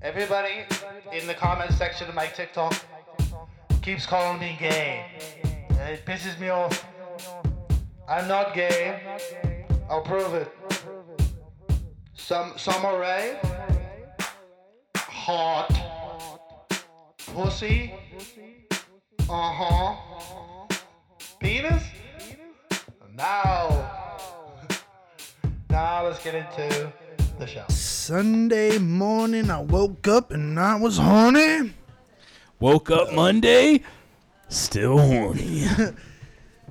Everybody in the comment section of my TikTok keeps calling me gay. It pisses me off. I'm not gay. I'll prove it. Some some are right. Hot. Pussy. Uh huh. Penis. Now. Now let's get into the show. Sunday morning, I woke up and I was horny. Woke up Monday, still horny.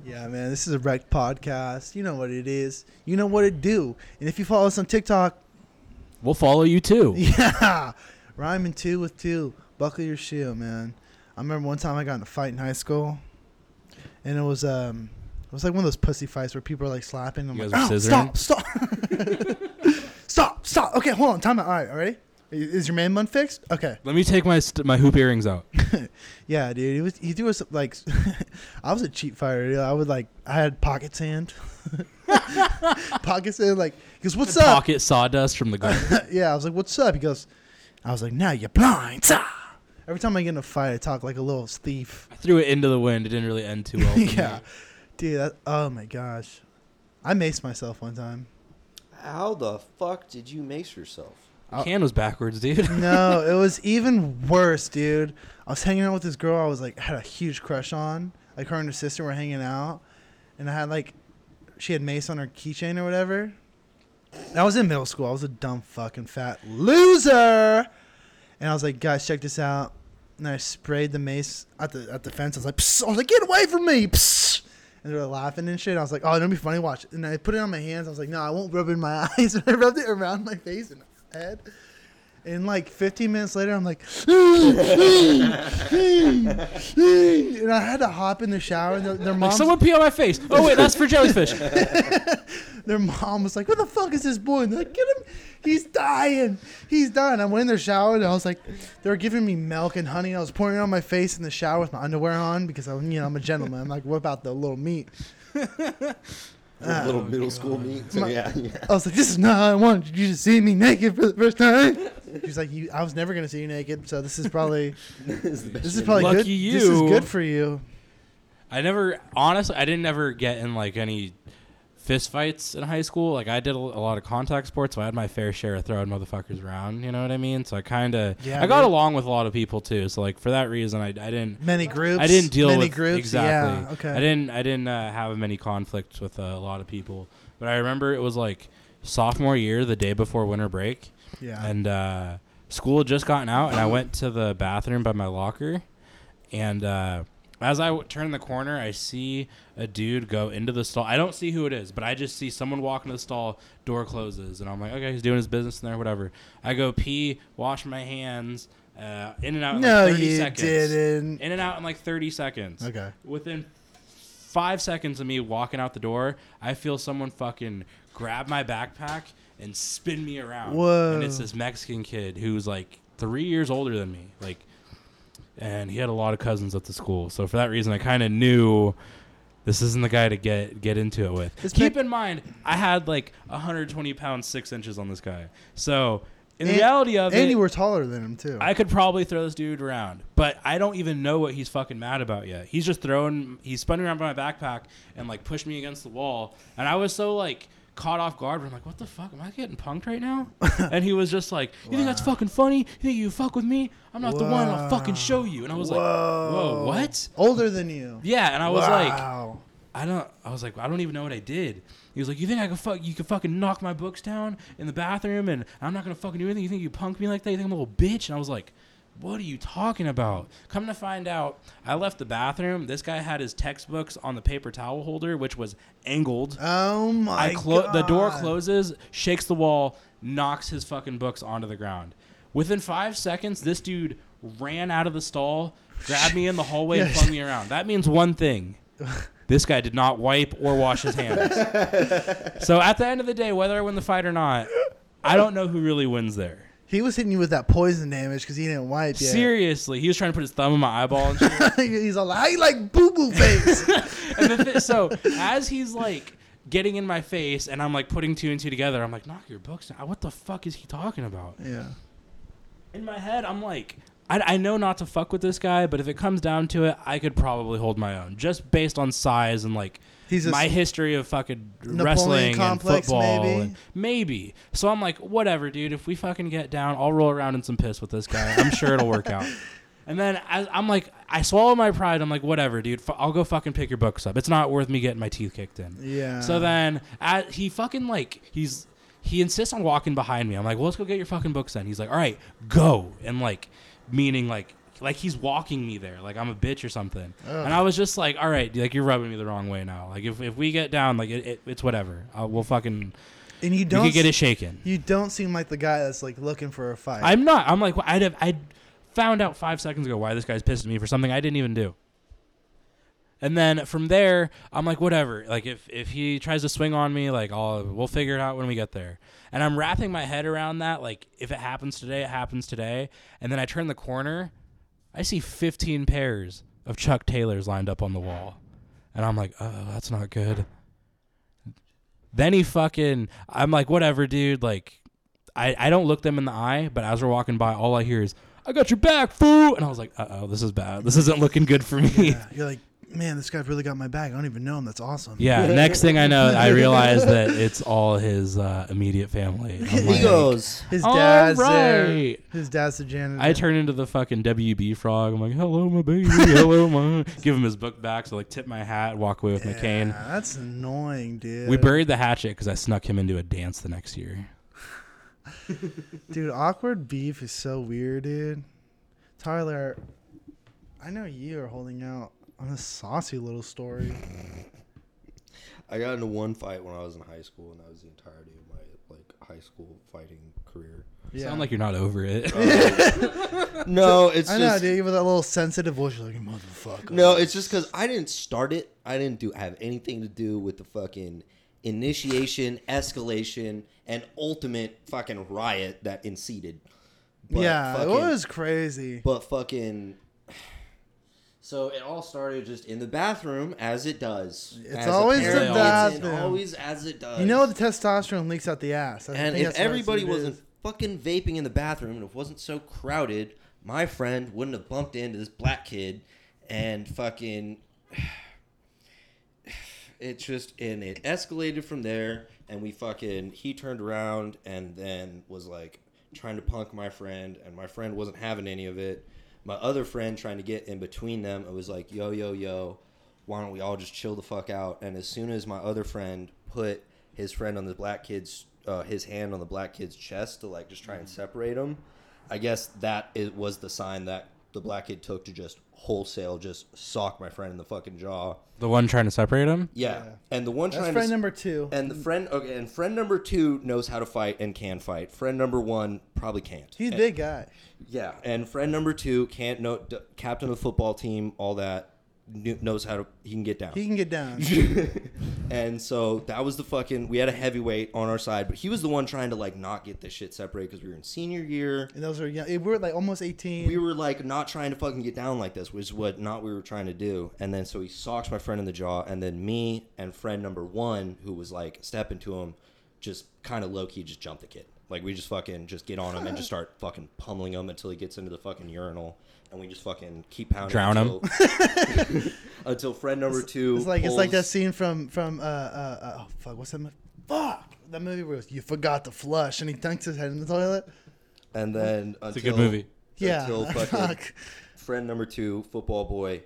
Yeah, man, this is a wrecked podcast. You know what it is. You know what it do. And if you follow us on TikTok, We'll follow you too. yeah, rhyming two with two. Buckle your shoe, man. I remember one time I got in a fight in high school, and it was um, it was like one of those pussy fights where people are like slapping. I'm You like, guys were oh, stop, scissoring?" stop, stop, stop. Okay, hold on, time out. All right, all right. Is your man bun fixed? Okay. Let me take my st- my hoop earrings out. Yeah, dude, he was he threw us like I was a cheap fighter. Dude. I would like I had pocket sand, pocket sand. Like, he goes, "What's up?" Pocket sawdust from the gun. yeah, I was like, "What's up?" He goes, "I was like, now you're blind." Ah! Every time I get in a fight, I talk like a little thief. I threw it into the wind. It didn't really end too well. for me. yeah, dude. That, oh my gosh, I maced myself one time. How the fuck did you mace yourself? The can was backwards, dude. No, it was even worse, dude. I was hanging out with this girl I was like had a huge crush on. Like her and her sister were hanging out, and I had like she had mace on her keychain or whatever. And I was in middle school. I was a dumb fucking fat loser. And I was like, guys, check this out. And I sprayed the mace at the at the fence. I was like, Psst. I was like, get away from me. Psst. And they were laughing and shit. I was like, oh, don't be funny. Watch. And I put it on my hands. I was like, no, I won't rub it in my eyes. And I rubbed it around my face and head. And like 15 minutes later, I'm like, and I had to hop in the shower. And their, their mom, Like, someone pee on my face. Oh wait, that's for jellyfish. their mom was like, "What the fuck is this boy?" And they're like, "Get him! He's dying! He's dying!" I went in their shower and I was like, they were giving me milk and honey. I was pouring it on my face in the shower with my underwear on because I'm, you know, I'm a gentleman. I'm like, "What about the little meat?" Oh Your little middle school meet. So, yeah, yeah. I was like, "This is not how I wanted you to see me naked for the first time." She's like, you, "I was never gonna see you naked, so this is probably this is the best this is you probably Lucky good. This is you. good for you." I never, honestly, I didn't ever get in like any fist fights in high school. Like I did a, a lot of contact sports, so I had my fair share of throwing motherfuckers around. You know what I mean? So I kind of, Yeah, I got dude. along with a lot of people too. So like for that reason, I, I didn't. Many groups. I didn't deal many with groups. exactly. Yeah. Okay. I didn't. I didn't uh, have many conflicts with uh, a lot of people, but I remember it was like sophomore year, the day before winter break, Yeah. and uh, school had just gotten out, and I went to the bathroom by my locker, and uh, as I w- turn the corner, I see a dude go into the stall. I don't see who it is, but I just see someone walk into the stall. Door closes, and I'm like, okay, he's doing his business in there, whatever. I go pee, wash my hands. Uh, in and out in no, like 30 you seconds. didn't. In and out in like 30 seconds. Okay. Within five seconds of me walking out the door, I feel someone fucking grab my backpack and spin me around. Whoa. And it's this Mexican kid who's like three years older than me. Like, and he had a lot of cousins at the school. So for that reason, I kind of knew. This isn't the guy to get get into it with. This Keep Mex- in mind, I had like 120 pounds six inches on this guy. So in And- reality of and it, you were taller than him too. I could probably throw this dude around, but I don't even know what he's fucking mad about yet. He's just throwing, he's spun around by my backpack and like pushed me against the wall. And I was so like caught off guard. I'm like, what the fuck? Am I getting punked right now? and he was just like, you think that's fucking funny? You think you fuck with me? I'm not the one. I'll fucking show you. And I was like, whoa, what? Older than you. Yeah. And I was like, wow. I don't. I was like, I don't even know what I did. He was like, you think I could fuck? You could fucking knock my books down in the bathroom, and I'm not gonna fucking do anything. You think you punk me like that? You think I'm a little bitch? And I was like, what are you talking about? Come to find out, I left the bathroom. This guy had his textbooks on the paper towel holder, which was angled. Oh my I clo- god. the door closes, shakes the wall, knocks his fucking books onto the ground. Within five seconds, this dude ran out of the stall, grabbed me in the hallway, and Yes. flung me around. That means one thing. This guy did not wipe or wash his hands. so at the end of the day, whether I win the fight or not, I don't know who really wins there. He was hitting you with that poison damage because he didn't wipe yet. Seriously, he was trying to put his thumb in my eyeball and shit. He's all like, I like boo boo face. and the th- so as he's like getting in my face and I'm like putting two and two together, I'm like, knock your books down. What the fuck is he talking about? yeah. in my head, I'm like, I, I know not to fuck with this guy, but if it comes down to it, I could probably hold my own just based on size and like He's a my s- history of fucking Napoleon wrestling complex, and football. maybe? and- maybe. So I'm like, whatever, dude. If we fucking get down, I'll roll around in some piss with this guy. I'm sure it'll work out. And then I, I'm like, I swallow my pride. I'm like, whatever, dude. F- I'll go fucking pick your books up. It's not worth me getting my teeth kicked in. Yeah. So then at, he fucking like he's he insists on walking behind me. I'm like, well, let's go get your fucking books then. He's like, all right, go. And like, meaning like like he's walking me there, like I'm a bitch or something. And I was just like, all right, like you're rubbing me the wrong way now. Like if, if we get down, like it, it, it's whatever. Uh, we'll fucking and you you don't could get s- it shaken. you don't seem like the guy that's like looking for a fight. I'm not. I'm like, I'd have, I found out five seconds ago why this guy's pissed at me for something I didn't even do. And then from there, I'm like, whatever. Like, if, if he tries to swing on me, like, I'll, we'll figure it out when we get there. And I'm wrapping my head around that. Like, if it happens today, it happens today. And then I turn the corner, I see 15 pairs of Chuck Taylors lined up on the wall. And I'm like, oh, that's not good. Then he fucking, I'm like, whatever, dude. Like, I, I don't look them in the eye, but as we're walking by, all I hear is, I got your back, fool. And I was like, uh oh, this is bad. This isn't looking good for me. Yeah, You're like, man, this guy really got my back. I don't even know him. That's awesome. Yeah. next thing I know, I realize that it's all his uh, immediate family. I'm like, He goes. His All dad's there. right. His dad's the janitor. I turn into the fucking WB frog. I'm like, hello, my baby. Hello, my. Give him his book back. So, like, tip my hat, walk away with my cane. Nah, that's annoying, dude. We buried the hatchet because I snuck him into a dance the next year. dude, awkward beef is so weird, dude. Tyler, I know you are holding out on a saucy little story. I got into one fight when I was in high school, and that was the entirety of my like high school fighting career. Yeah. Sound like you're not over it. Uh, No, it's I just know, dude. With that little sensitive voice, you're like, motherfucker. no, it's just because I didn't start it. I didn't do have anything to do with the fucking initiation, escalation, and ultimate fucking riot that ensued. But yeah, fucking- it was crazy. But fucking. So it all started just in the bathroom, as it does. It's As a always the parent, It's bathroom. always as it does. You know, the testosterone leaks out the ass. I And think if that's what everybody it is. wasn't fucking vaping in the bathroom and it wasn't so crowded, my friend wouldn't have bumped into this black kid and fucking. It just and it escalated from there, and we fucking he turned around and then was like trying to punk my friend, and my friend wasn't having any of it. My other friend trying to get in between them, it was like yo yo yo, why don't we all just chill the fuck out? And as soon as my other friend put his friend on the black kid's uh, his hand on the black kid's chest to like just try and separate him, I guess that it was the sign that the black kid took to just wholesale just sock my friend in the fucking jaw. the one trying to separate him? Yeah. And the one That's trying friend to number two. and the friend okay, and friend number 2 knows how to fight and can fight. Friend number 1 probably can't. He's a And- big guy. Yeah, and friend number 2 can't know d- captain of the football team, all that kn- knows how to he can get down. He can get down. and so that was the fucking we had a heavyweight on our side, but he was the one trying to like not get this shit separated cuz we were in senior year. And those are young. We were like almost 18. we were like not trying to fucking get down like this, which is what not we were trying to do. And then so he socks my friend in the jaw, and then me and friend number one, who was like stepping to him, just kind of low key just jump the kid. Like we just fucking just get on him and just start fucking pummeling him until he gets into the fucking urinal, and we just fucking keep pounding. Drown him. until- until friend number two. It's like it's like that pulls- scene from from uh, uh, uh oh fuck what's that movie? Fuck that movie where it was, you forgot to flush and he dunks his head in the toilet. And then until, It's a good movie. Yeah, Until fucking fuck. friend number two, football boy,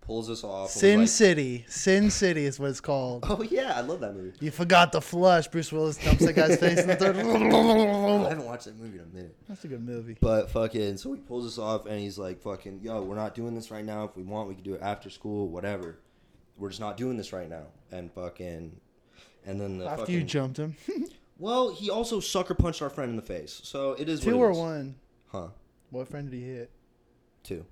pulls us off. and was Sin like, City, Sin City is what it's called. Oh yeah, I love that movie. You forgot to flush. Bruce Willis dumps that guy's face in the I toilet. haven't watched that movie in a minute. That's a good movie. But fucking, so he pulls us off and he's like, fucking, yo, we're not doing this right now. If we want, we can do it after school, whatever. We're just not doing this right now. And fucking, and then the After fucking. you jumped him, well, he also sucker punched our friend in the face. So it is two what it or is. one. Huh? What friend did he hit? Two.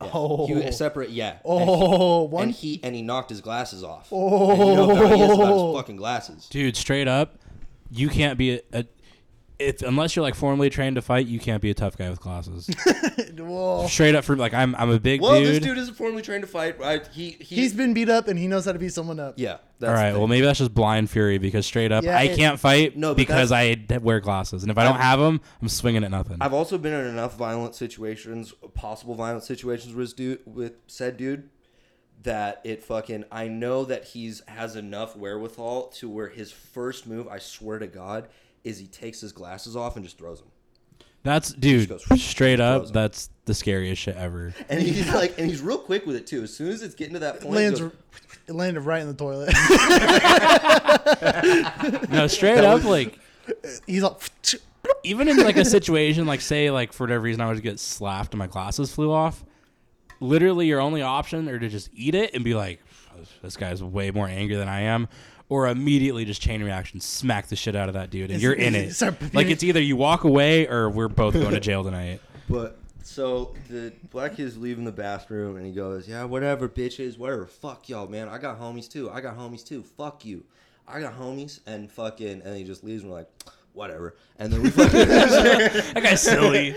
Yeah. Oh. He, separate, yeah. And Oh, he, one. and he and he knocked his glasses off. Oh. And you know how he is about his fucking glasses. Dude, straight up, you can't be a, a if unless you're like formally trained to fight, you can't be a tough guy with classes. Whoa. Straight up from like I'm I'm a big Well, dude. this dude isn't formally trained to fight. I, he, he He's been beat up and he knows how to beat someone up. yeah. That's All the right. thing. Well, maybe that's just blind fury because straight up, Yeah, I it- can't fight No, but because I d- wear glasses, and if I don't I've- have them, I'm swinging at nothing. I've also been in enough violent situations, possible violent situations with dude, with said dude, that it fucking. I know that he's has enough wherewithal to where his first move, I swear to God, is he takes his glasses off and just throws them. that's dude. Just goes- straight throws up, 'em. that's the scariest shit ever. And he's like, and he's real quick with it too. As soon as it's getting to that It point, he lands, goes, it landed right in the toilet. No, straight up, like He's all. even in like a situation like say like for whatever reason I would get slapped and my glasses flew off. Literally, your only option are to just eat it and be like, "Oh, "This guy's way more angry than I am," or immediately just chain reaction, smack the shit out of that dude, and you're in it. Start- Like it's either you walk away or we're both going to jail tonight. But so the black kid's leaving the bathroom and he goes, Yeah, whatever, bitches, whatever. Fuck y'all, man. I got homies too. I got homies too. Fuck you. I got homies and fucking and he just leaves and we're like, whatever. And then we fucking That guy's silly.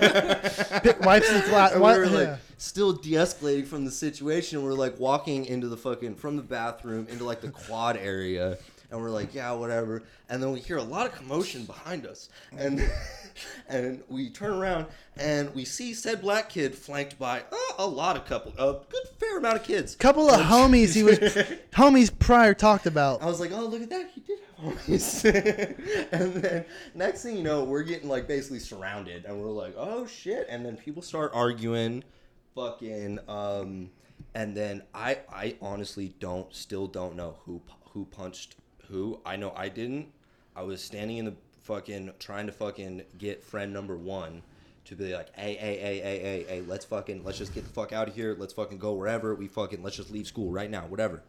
Bit- wipes his glass. and we wi- were like yeah. still de escalating from the situation. We're like walking into the fucking from the bathroom into like the quad area. And we're like, yeah, whatever. And then we hear a lot of commotion behind us. And and we turn around and we see said black kid flanked by uh, a lot of couple, a good fair amount of kids. Couple of homies he was homies prior talked I about. was like, oh, look at that. He did have homies. and then next thing you know, we're getting like basically surrounded and we're like, oh shit. And then people start arguing, fucking. Um, and then I, I honestly don't, still don't know who, pu- who punched who. I know I didn't. I was standing in the fucking, trying to fucking get friend number one to be like, hey, hey, hey, hey, hey, hey, let's fucking, let's just get the fuck out of here. Let's fucking go wherever. We fucking, let's just leave school right now, whatever.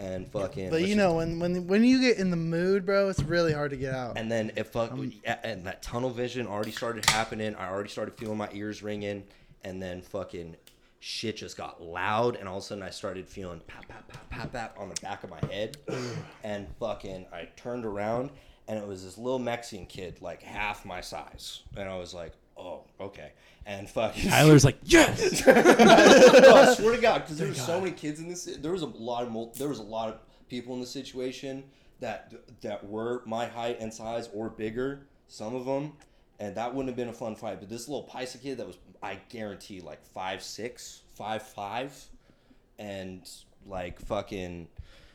And fucking, But let's you just know when when when you get in the mood, bro, it's really hard to get out. and then it fuck, and that tunnel vision already started happening. I already started feeling my ears ringing, and then fucking shit just got loud, and all of a sudden I started feeling pop, pop, pop, pop, pop on the back of my head, and fucking I turned around, and it was this little Mexican kid, like half my size, and I was like, oh, okay, and fucking. Tyler's like, yes. No, I swear to God, because there were so many kids in this. There was a lot of mul- there was a lot of people in the situation that that were my height and size or bigger. Some of them, and that wouldn't have been a fun fight. But this little Pisa kid that was, I guarantee, like five six, five five, and like fucking.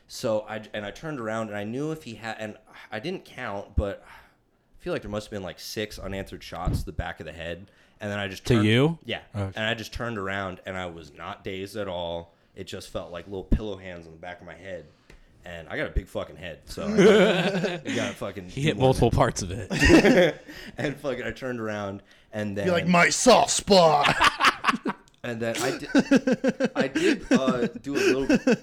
So I and I turned around and I knew if he had and I didn't count, but I feel like there must have been like six unanswered shots to the back of the head. And then I just To turned- you? Oh, yeah. Okay. And I just turned around and I was not dazed at all. It just felt like little pillow hands on the back of my head. And I got a big fucking head, so I gotta- you gotta fucking. He hit do more than multiple parts of it. that. and fucking, I turned around, and then You're like my soft spot. and then I did, I did uh, do a little,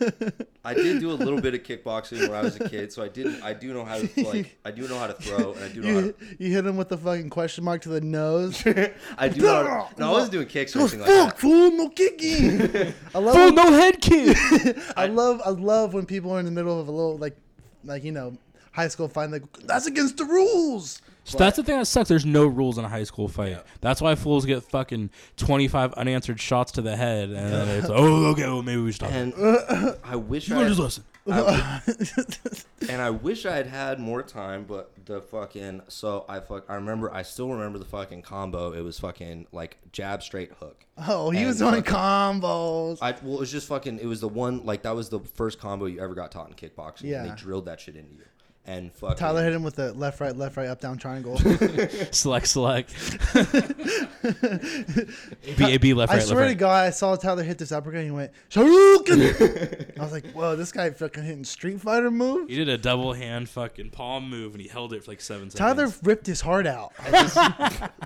I did do a little bit of kickboxing when I was a kid, so I didn't, I do know how to like, I do know how to throw, and I do know how to you, you hit him with the fucking question mark to the nose. I do not. No, I wasn't doing kicks or Go anything like that. fuck, fool, no kicking. I love Fool, when- no head kick. I love I love when people are in the middle of a little like like you know high school fight like that's against the rules. So that's the thing that sucks. There's no rules in a high school fight. That's why fools get fucking 25 unanswered shots to the head, and then it's oh okay, well maybe we should stop. And I wish You I learned his lesson. and I wish I had had more time, but the fucking so I fuck I remember I still remember the fucking combo. It was fucking like jab straight hook. Oh, he And was doing fucking- combos. I well it was just fucking it was the one like that was the first combo you ever got taught in kickboxing. Yeah, and Yeah. they drilled that shit into you. And fucking Tyler hit him with the left, right, left, right, up, down triangle. Select, select. B A B left, I right, swear to left, right. God, I saw Tyler hit this uppercut and he went, Shuriken! I was like, whoa, this guy fucking hitting Street Fighter move? He did a double hand fucking palm move, and he held it for like seven Tyler seconds. ripped his heart out.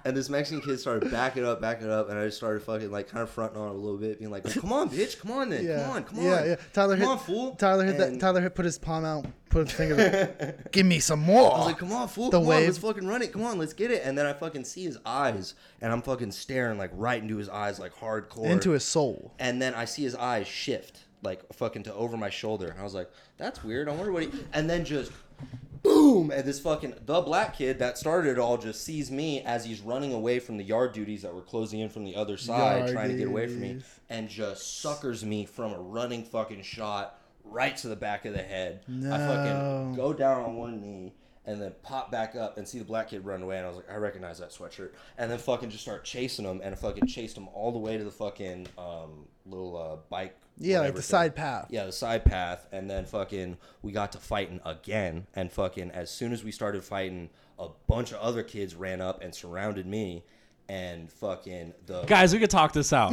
and this Mexican kid started backing up, backing up, and I just started fucking like kind of fronting on it a little bit, being like, "Come on, bitch, come on then, Yeah. come on, come yeah, on, Yeah, Tyler come hit, on, fool." Tyler hit that. And- Tyler hit, put his palm out, put his finger, give me some more. I was like, come on, fool. The come on, wave. let's fucking run it. Come on, let's get it. And then I fucking see his eyes, and I'm fucking staring like right into his eyes, like hardcore. Into his soul. And then I see his eyes shift, like fucking to over my shoulder. And I was like, that's weird. I wonder what he. And then just boom. boom and this fucking the black kid that started it all just sees me as he's running away from the yard duties that were closing in from the other side Yard trying to get away from me duties. and just suckers me from a running fucking shot right to the back of the head i No. fucking go down on one knee and then pop back up and see the black kid run away and i was like i recognize that sweatshirt and then fucking just start chasing him and I fucking chased him all the way to the fucking um, little uh, bike Yeah, like whatever the thing. side path. Yeah, the side path, and then fucking we got to fighting again, and fucking as soon as we started fighting, a bunch of other kids ran up and surrounded me, and fucking the Guys, we could talk this out.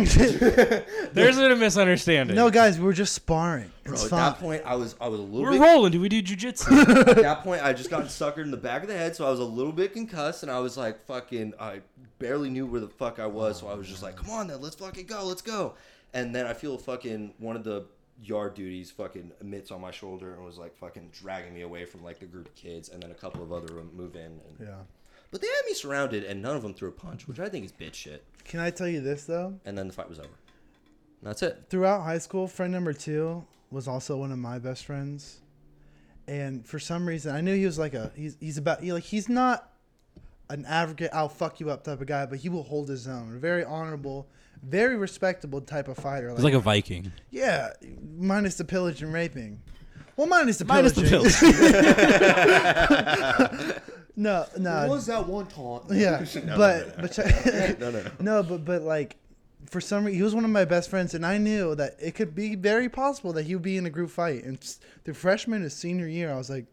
There's a misunderstanding. No, guys, we were just sparring. Bro, it's at fine. that point, I was I was a little we're bit rolling. Do we do jujitsu? at that point, I just got suckered in the back of the head, so I was a little bit concussed, and I was like, fucking, I barely knew where the fuck I was, so I was just like, come on then, let's fucking go, let's go. And then I feel fucking one of the yard duties fucking mitts on my shoulder and was like fucking dragging me away from like the group of kids, and then a couple of other them move in. And, yeah. But they had me surrounded, and none of them threw a punch, which I think is bitch shit. Can I tell you this though? And then the fight was over. And that's it. Throughout high school, friend number two was also one of my best friends, and for some reason, I knew he was like a he's he's about he, like he's not an advocate I'll fuck you up type of guy, but he will hold his own. A very honorable, very respectable type of fighter. It's like a Viking. yeah, minus the pillage and raping. Well, minus the Minus the pillaging. no, no. that one taunt? Yeah, No, but no, but check- no, no, no. no, but but like for some reason he was one of my best friends, and I knew that it could be very possible that he would be in a group fight. And s- the freshman to senior year, I was like,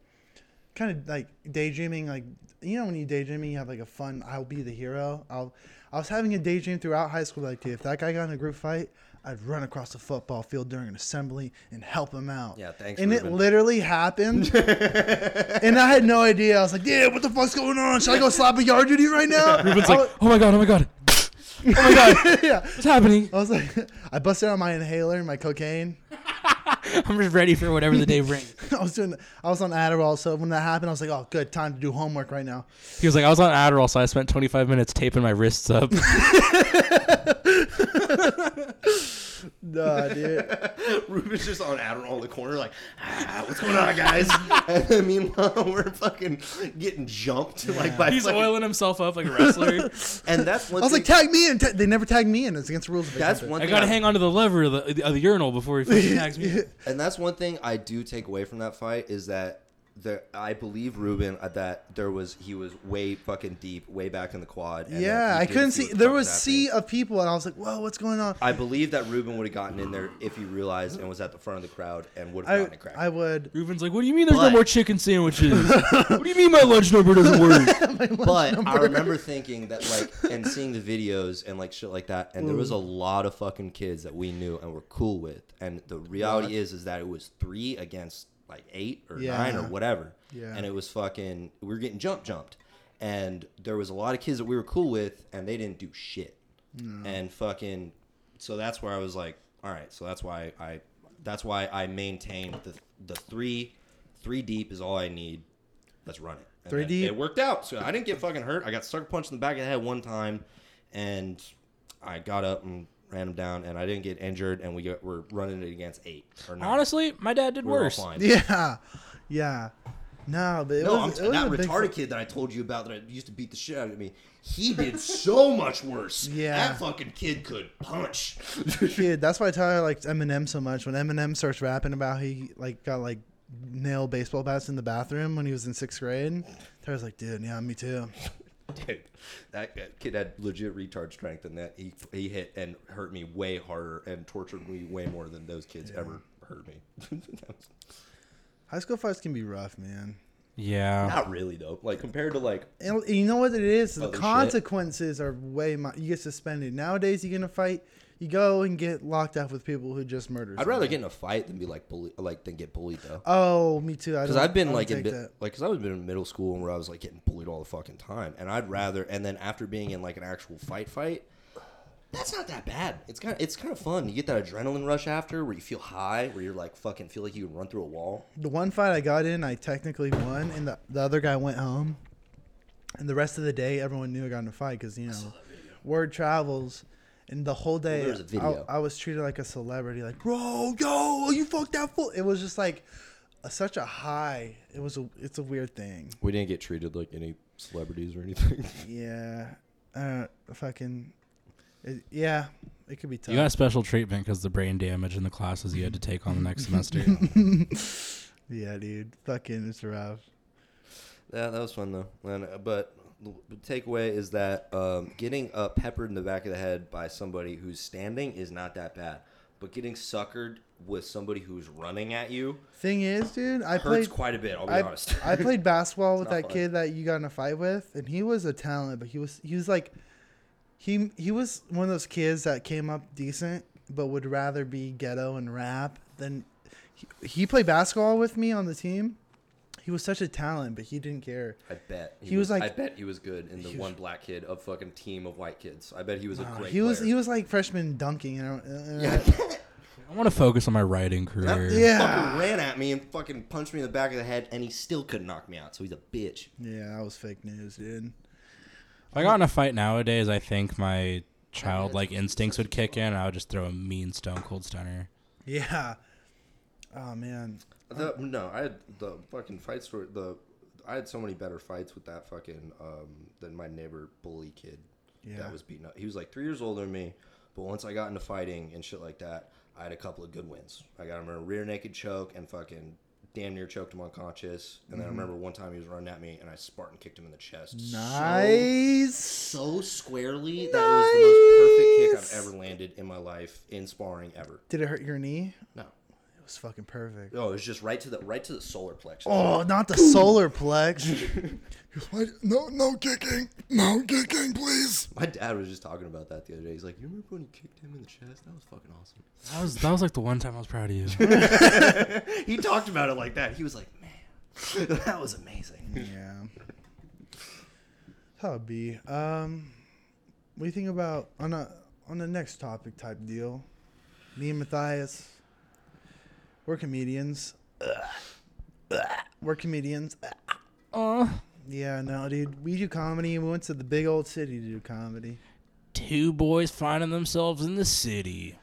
kind of like daydreaming, like you know when you daydreaming, you have like a fun. I'll be the hero. I'll. I was having a daydream throughout high school, like dude, if that guy got in a group fight. I'd run across the football field during an assembly and help him out. Yeah, thanks, And it Ruben. literally happened. and I had no idea. I was like, "Yeah, what the fuck's going on? Should I go slap a yard duty right now?" Ruben's I like, oh my god, oh my god, oh my god, was, yeah. what's happening? I was like, I busted out my inhaler, my cocaine. Oh. I'm just ready for whatever the day brings. I was doing, I was on Adderall, so when that happened, I was like, "Oh, good time to do homework right now." He was like, I was on Adderall, so I spent 25 minutes taping my wrists up. Nah, dude. Ruben's just on Adderall in the corner, like, ah, what's going on, guys? and meanwhile, we're fucking getting jumped, like by. He's fucking- oiling himself up like a wrestler. and that's one. I was like, "Tag me in." Ta- they never tagged me in. It's against the rules. Of that's exhibit. one. I Thing gotta hang onto the lever of the, of the urinal before he fucking tags me. And that's one thing I do take away from that fight is that there, I believe Ruben uh, that there was he was way fucking deep, way back in the quad. and Yeah, that he I did couldn't see. what the There fuck was happening. sea of people, and I was like, "Whoa, what's going on?" I believe that Ruben would have gotten in there if he realized and was at the front of the crowd and would have I, gotten a crack. I would. Ruben's like, what do you mean there's no But- more chicken sandwiches? what do you mean my lunch number doesn't work? but I remember thinking that like and seeing the videos and like shit like that, and there was a Mm. lot of fucking kids that we knew and were cool with. And the reality is, is that it was three against like eight or Yeah. nine or whatever. Yeah. And it was fucking we were getting jump jumped, and there was a lot of kids that we were cool with, and they didn't do shit. And fucking, so that's where I was like, all right, so that's why I, that's why I maintained the the three, three deep is all I need. Let's run it. And Three then deep? It worked out. So I didn't get fucking hurt. I got sucker punched in the back of the head one time, and I got up and ran him down, and I didn't get injured. And we got, were running it against eight or nine. Honestly, my dad did we were all worse. fine. Yeah, yeah. No, but it No, was, I'm, it was that a big retarded kid that I told you about that I used to beat the shit out of me. He did so much worse. Yeah. that fucking kid could punch. Dude, that's why Tyler likes Eminem so much. When Eminem starts rapping about he like got like nail baseball bats in the bathroom when he was in sixth grade, Tyler's like, dude, yeah, me too. Dude, that that kid had legit retard strength, and that he he hit and hurt me way harder and tortured me way more than those kids ever hurt me. That was- High school fights can be rough, man. Yeah. Not really though. Like compared to like And and you know what it is? The Holy shit. consequences are way. Mu- you get suspended nowadays. You're gonna fight. You go and get locked up with people who just murdered. I'd rather someone. get in a fight than be like bully like than get bullied though. Oh, me too. Because I've been like in in bi- like because I was been in middle school where I was like getting bullied all the fucking time, and I'd rather and then after being in like an actual fight fight, that's not that bad. It's kind of it's kind of fun. You get that adrenaline rush after where you feel high, where you're like fucking feel like you can run through a wall. the one fight I got in, I technically won, and the, the other guy went home. And the rest of the day, everyone knew I got in a fight because you know, word travels. And the whole day, there's a I- video. I, was treated like a celebrity. Like, bro, yo, you fucked that fool. It was just like, a, such a high. It was a, it's a weird thing. We didn't get treated like any celebrities or anything. Yeah, uh, fucking, it, yeah, it could be tough. You got special treatment because the brain damage and the classes you had to take on the next semester. yeah, dude, fucking, it's rough. Yeah, that was fun though. And uh, but the takeaway is that um, getting uh, peppered in the back of the head by somebody who's standing is not that bad, but getting suckered with somebody who's running at you Thing is, dude, I hurts played. quite a bit. I'll be I, honest. I played basketball with not that fun. kid that you got in a fight with, and he was a talent, but he was he was like, he he was one of those kids that came up decent, but would rather be ghetto and rap than. He, he played basketball with me on the team. He was such a talent, but he didn't care. I bet He was like- I bet he was good in the He was- one black kid of fucking team of white kids. I bet he was a Uh, great. he was player. he was like freshman dunking. uh, And, I- and I- I want to focus on my writing career. yeah, Fucking ran at me and fucking punched me in the back of the head, and he still couldn't knock me out. So he's a bitch. yeah, that was fake news, dude. If I got in a fight nowadays, I think my childlike instincts would kick in, and I would just throw a mean Stone Cold Stunner. Yeah. Oh man. The, no, I had the fucking fight story. The I had so many better fights with that fucking um, than my neighbor bully kid Yeah. that was beaten up. He was like three years older than me, but once I got into fighting and shit like that, I had a couple of good wins. I got him in a rear naked choke and fucking damn near choked him unconscious. And Mm-hmm. then I remember one time he was running at me and I Spartan kicked him in the chest. So- Nice. So, squarely that it was the most perfect Nice. kick I've ever landed in my life in sparring ever. Did it hurt your knee? No. It was fucking perfect. No, it was just right to the right to the solar plexus. Oh, not the solar plex. What? no, no kicking. No kicking, please. My dad was just talking about that the other day. He's like, "You remember when you kicked him in the chest? That was fucking awesome." That was that was like the one time I was proud of you. he talked about it like that. He was like, "Man, that was amazing." Yeah. That'll be. Um, what do you think about on a on the next topic type deal? Me and Matthias, we're comedians. We're comedians. Uh. Oh, Yeah, no, dude. We do comedy. We went to the big old city to do comedy, two boys finding themselves in the city.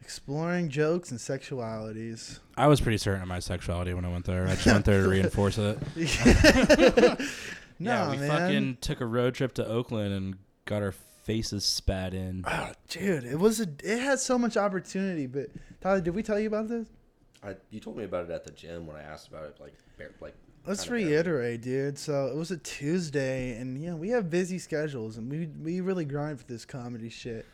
exploring jokes and sexualities. I was pretty certain of my sexuality when I went there. I just went there to reinforce it. no, yeah, we man. fucking took a road trip to Oakland and got our faces spat in. Oh, dude, it was a, it had so much opportunity. But Tyler, did we tell you about this? I, you told me about it at the gym when I asked about it. Like, bare, like Let's kinda barely. reiterate, dude. So it was a Tuesday, and you know we have busy schedules, and we we really grind for this comedy shit.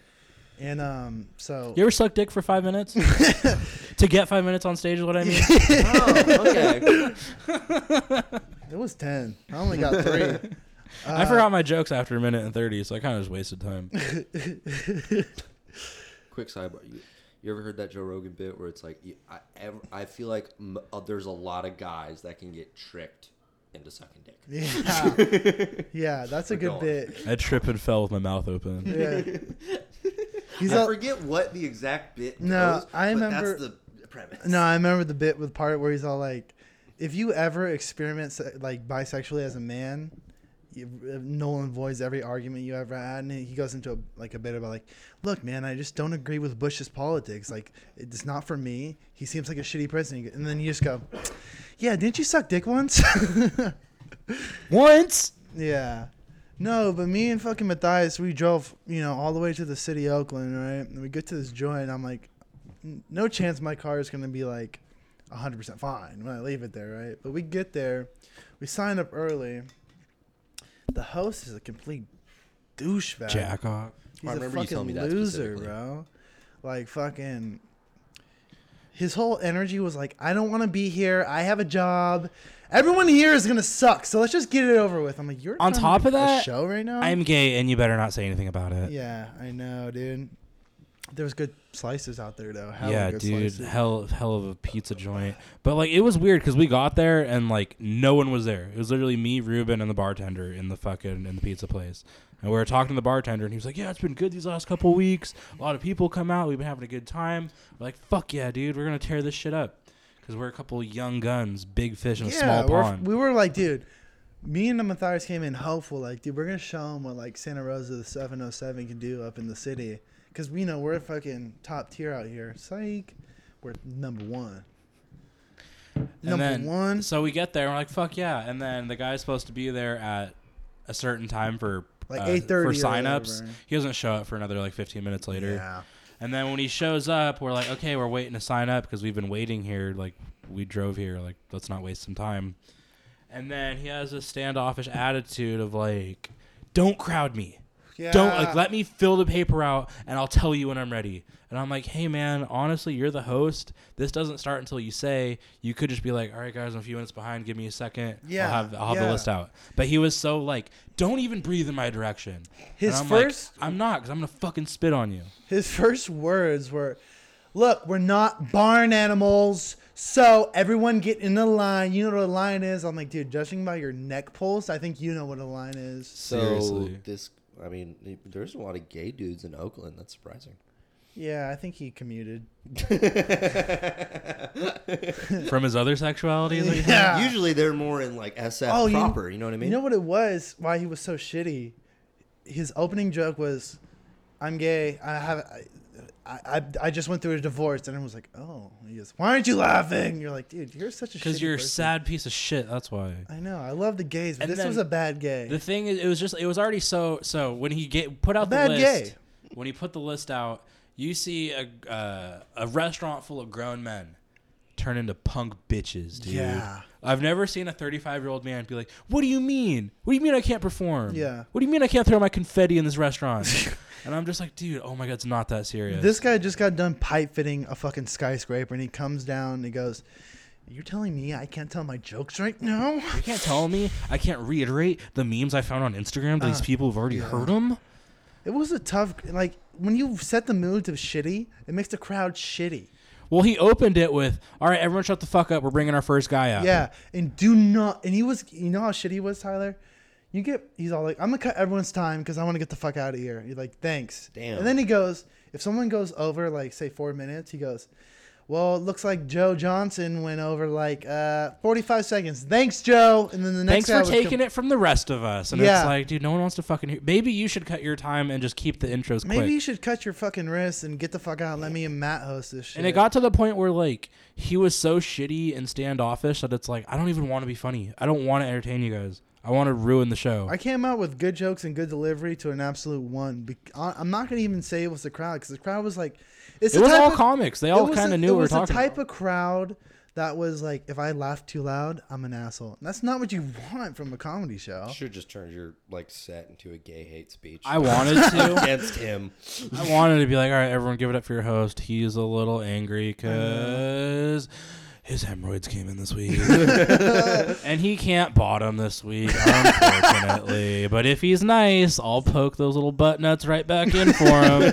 And um, so You ever suck dick for five minutes? to get five minutes on stage is what I mean. Oh, okay. it was ten. I only got three. I forgot my jokes after a minute and thirty, so I kind of just wasted time. Quick sidebar. You, you ever heard that Joe Rogan bit where it's like, you, I, ever, I feel like m- uh, there's a lot of guys that can get tricked into sucking dick. Yeah, yeah, that's a We're good going. bit. I tripped and fell with my mouth open. Yeah. He's I all- forget what the exact bit. No, goes, I but remember- That's the premise. No, I remember the bit with part where he's all like, "If you ever experiment se- like bisexually as a man, you, uh, Nolan avoids every argument you ever had." And he goes into a, like a bit about like, "Look, man, I just don't agree with Bush's politics. Like, it's not for me. He seems like a shitty president." And then you just go, "Yeah, didn't you suck dick once?" Once. yeah. No, but me and fucking Matthias, we drove, you know, all the way to the city of Oakland, right? And we get to this joint, and I'm like, n- no chance my car is going to be like 100% fine when I leave it there, right? But we get there, we sign up early. The host is a complete douchebag. Jack off. He's I a remember you telling fucking me that loser, specifically. bro. Like fucking. His whole energy was like, I don't want to be here. I have a job. Everyone here is gonna suck. So let's just get it over with. I'm like, you're trying On to top do of that, a show right now. I'm gay, and you better not say anything about it. Yeah, I know, dude. There was good slices out there though. Hella yeah, good dude, Slices. hell, hell of a pizza joint. But like, it was weird because we got there and like no one was there. It was literally me, Ruben, and the bartender in the fucking in the pizza place. And we were talking to the bartender, and he was like, "Yeah, it's been good these last couple weeks. A lot of people come out. We've been having a good time. We're like, fuck yeah, dude, we're gonna tear this shit up because we're a couple young guns, big fish in a yeah, small we're, pond. we were like, dude. Me and the Matthias came in hopeful, like, dude, we're gonna show them what like Santa Rosa the 707 can do up in the city, cause we know we're fucking top tier out here. Psych, we're number one. And Number then- one. So we get there, and we're like, fuck yeah. And then the guy's supposed to be there at a certain time for Like uh, 8:30 for or signups. whatever. He doesn't show up for another like 15 minutes later. And then when he shows up, we're like, okay, we're waiting to sign up because we've been waiting here. Like, we drove here. Like, let's not waste some time. And then he has a standoffish attitude of like, don't crowd me. Yeah. Don't like let me fill the paper out and I'll tell you when I'm ready. And I'm like, hey man, honestly, you're the host. This doesn't start until you say. You could just be like, all right guys, I'm a few minutes behind. Give me a second. Yeah, I'll have I'll have the yeah. list out. But he was so like, don't even breathe in my direction. His And I'm first- like, I'm not because I'm gonna fucking spit on you. His first words were, "Look, we're not barn animals, so everyone get in the line. You know what a line is." I'm like, dude, judging by your neck pulse, I think you know what a line is. So Seriously. this, I mean, there's a lot of gay dudes in Oakland. That's surprising. Yeah, I think he commuted. from his other sexuality. Is what you said? Yeah. Usually they're more in like SF Oh, you- proper. You, know what I mean? You know what it was? Why he was so shitty? His opening joke was, "I'm gay. I have, I, I, I just went through a divorce." And I was like, "Oh." He goes, "Why aren't you laughing?" You're like, "Dude, you're such a Because shitty you're a person." sad piece of shit. That's why. I know. I love the gays, but And this then was a bad gay. The thing is, it was just, it was already so, so when he get put out Bad the gay. list, when he put the list out, you see a, uh, a restaurant full of grown men turn into punk bitches, dude. Yeah. I've never seen a 35 year old man be like, What do you mean? What do you mean I can't perform? Yeah. What do you mean I can't throw my confetti in this restaurant? and I'm just like, Dude, oh my God, it's not that serious. This guy just got done pipe fitting a fucking skyscraper, and he comes down and he goes, "You're telling me I can't tell my jokes right now?" You can't tell me I can't reiterate the memes I found on Instagram. that Uh, These people have already heard them. It was a tough, like when you set the mood to shitty, it makes the crowd shitty. Well, he opened it with, "All right, everyone, shut the fuck up. We're bringing our first guy up." Yeah, and do not. And he was, you know how shitty he was, Tyler. You get, he's all like, "I'm gonna cut everyone's time because I want to get the fuck out of here." You're like, "Thanks." Damn. And then he goes, if someone goes over like say four minutes, he goes. Well, it looks like Joe Johnson went over like uh, 45 seconds. Thanks, Joe. And then the next Thanks for guy was taking it from the rest of us. And Yeah. it's like, dude, no one wants to fucking hear. Maybe you should cut your time and just keep the intros Maybe quick. you should cut your fucking wrists and get the fuck out. And let me and Matt host this shit. and it got to the point where like he was so shitty and standoffish that it's like, I don't even want to be funny. I don't want to entertain you guys. I want to ruin the show. I came out with good jokes and good delivery to an absolute one. Be- I- I'm not gonna even say it was the crowd because the crowd was like, it's it the was type all of- comics. They it all was kind the- of knew It what we were was the talking. type about. of crowd that was like, if I laugh too loud, I'm an asshole. And that's not what you want from a comedy show. should just turn your like set into a gay hate speech. I wanted to. against him. I wanted to be like, all right, everyone, give it up for your host. He's a little angry because his hemorrhoids came in this week, and he can't bottom this week, unfortunately. but if he's nice, I'll poke those little butt nuts right back in for him.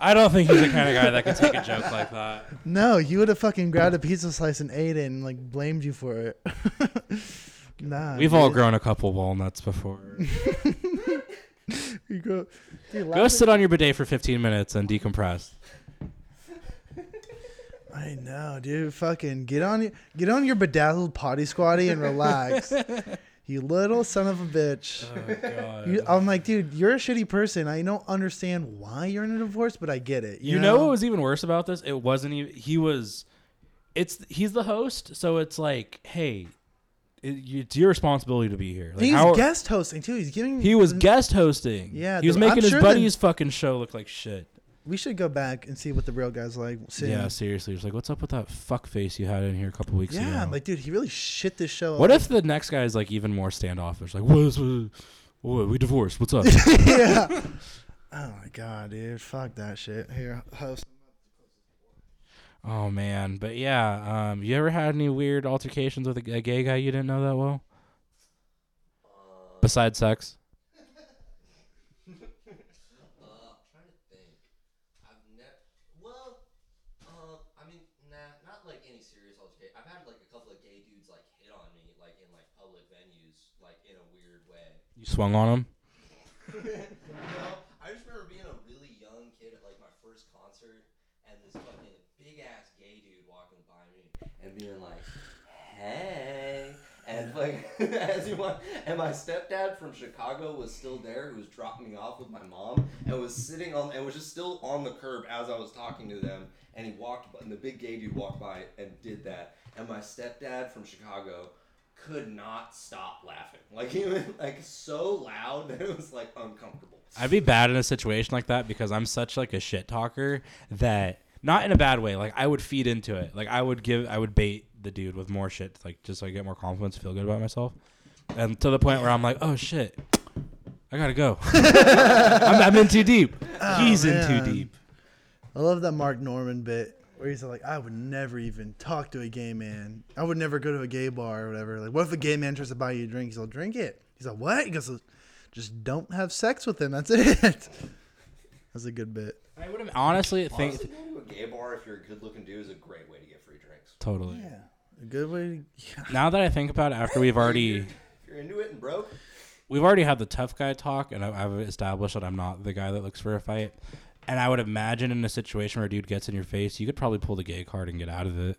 I don't think he's the kind of guy that can take a joke like that. No, you would have fucking grabbed a pizza slice and ate it and like blamed you for it. nah, We've all dude. grown a couple walnuts before. You go, dude, Go laughing- sit on your bidet for 15 minutes and decompress. I know, dude. Fucking get on your get on your bedazzled potty squatty and relax. you little son of a bitch. Oh, God. You, I'm like, dude, you're a shitty person. I don't understand why you're in a divorce, but I get it. You, know? what was even worse about this? It wasn't even he was. It's he's the host, so it's like, hey, it, you- it's your responsibility to be here. Like, he's how- guest hosting too. He's giving. he was guest hosting. Yeah, he was the- I'm making his sure buddy's fucking show look like shit. We should go back and see what the real guys like. Soon. Yeah, seriously, it's like, what's up with that fuck face you had in here a couple weeks ago? Yeah, I'm like, uh, dude, he really shit this show. what up. if the next guy is like even more standoffish? Like, what is what, what, we divorced? What's up? yeah. Oh my god, dude, fuck that shit. Here, host. oh man, but yeah, um, you ever had any weird altercations with a, a gay guy you didn't know that well? Besides sex. Uh, I've never. Well, uh, I mean, nah, not like any serious altercation. I've had like a couple of gay dudes like hit on me, like in like public venues, like in a weird way. You swung on him. No, I just remember being a really young kid at like my first concert, and this fucking big ass gay dude walking by me and being like, "Hey," and And like, as he went, and my stepdad from Chicago was still there, who was dropping me off with my mom, and was sitting on, and was just still on the curb as I was talking to them. And he walked, by- and the big gay dude walked by and did that. And my stepdad from Chicago could not stop laughing, like he was like so loud that it was like uncomfortable. I'd be bad in a situation like that because I'm such like a shit talker that not in a bad way. Like I would feed into it. Like I would give, I would bait the dude with more shit, like just so I get more confidence, feel good about myself, and to the point where I'm like, oh shit, I gotta go. I'm, I'm in too deep. He's in Oh, man. too deep. I love that Mark Norman bit where he's like, I would never even talk to a gay man. I would never go to a gay bar or whatever. Like, what if a gay man tries to buy you a drink? He's like, drink it. He's like, what? He goes, just don't have sex with him. That's it. That's a good bit. I would have honestly think Honestly, going to a gay bar if you're a good looking dude is a great way to get free drinks. totally. Yeah. A good way. To, Now that I think about it, after we've already If you're into it and broke, we've already had the tough guy talk, and I- I've established that I'm not the guy that looks for a fight. And I would imagine in a situation where a dude gets in your face, you could probably pull the gay card and get out of it.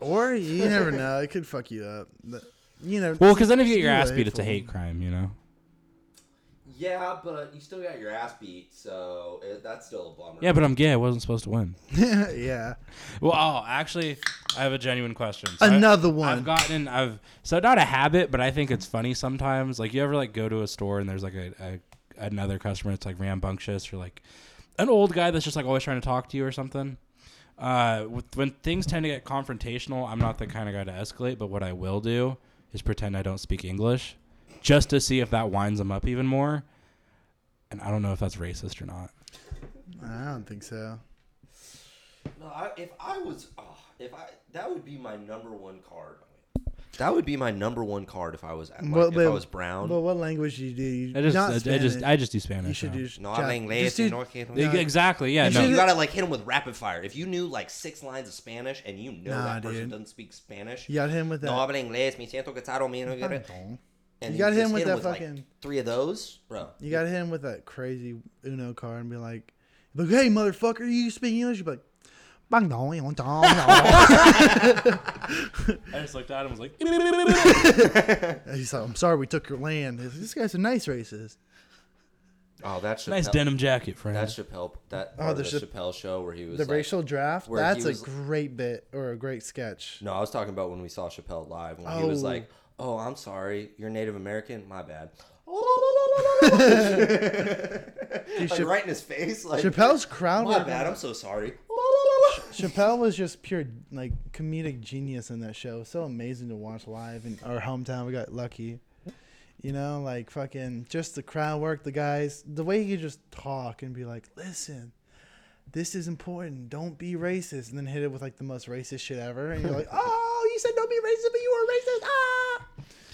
or you never know. It could fuck you up. But, you know. Well, because then if you just get your be ass beat, it's a hateful. hate crime, you know. yeah, but you still got your ass beat, so it, that's still a bummer. Yeah, but I'm gay. I wasn't supposed to win. yeah. Well, oh, actually, I have a genuine question. So I- Another one. I've gotten I've so not a habit, but I think it's funny sometimes. Like you ever like go to a store and there's like a, a another customer that's like rambunctious or like an old guy that's just like always trying to talk to you or something. Uh, with, when things tend to get confrontational, I'm not the kind of guy to escalate. But what I will do is pretend I don't speak English, just to see if that winds them up even more. And I don't know if that's racist or not. I don't think so. No, I, if I was, ah, oh, if I that would be my number one card. That would be my number one card if I was like, But- if I but- was brown. But what language do you do? You, I just not I, I just Spanish. I just do Spanish. you should now. do. no, I'm English. just do- in North Carolina. E- exactly. Yeah. You no. should- You gotta like hit him with rapid fire. If you knew like six lines of Spanish and you know Nah, that person dude. doesn't speck Spanish, You got him with that. no hablo inglés, me siento que taro, me no quiero- And You gotta just hit him with that like, fucking- three of those, bro. You gotta hit him with that crazy Uno card and be like, like hey, motherfucker, you speak English? You're like, bang dong, yong dong, yong. I just looked at him and was like, And He's like, I'm sorry we took your land. He's like, This guy's a nice racist. Oh, that's nice denim jacket, friend. That Chappelle, that Oh, part of the the Chap- Chappelle show where he was The like- racial draft, where that's he a was- great bit or a great sketch. No, I was talking about when we saw Chappelle live when he was Oh. like, "Oh, I'm sorry, you're Native American. My bad." Dude, like Chap- right in his face, like Chappelle's crowd My work. bad. I'm so sorry. Chappelle was just pure like comedic genius in that show. So amazing to watch live in our hometown. We got lucky. You know, like fucking just the crowd work, the guys, the way you just talk and be like, listen, this is important. Don't be racist. And then hit it with like the most racist shit ever. And you're like, oh, you said don't be racist, but you were racist. Ah.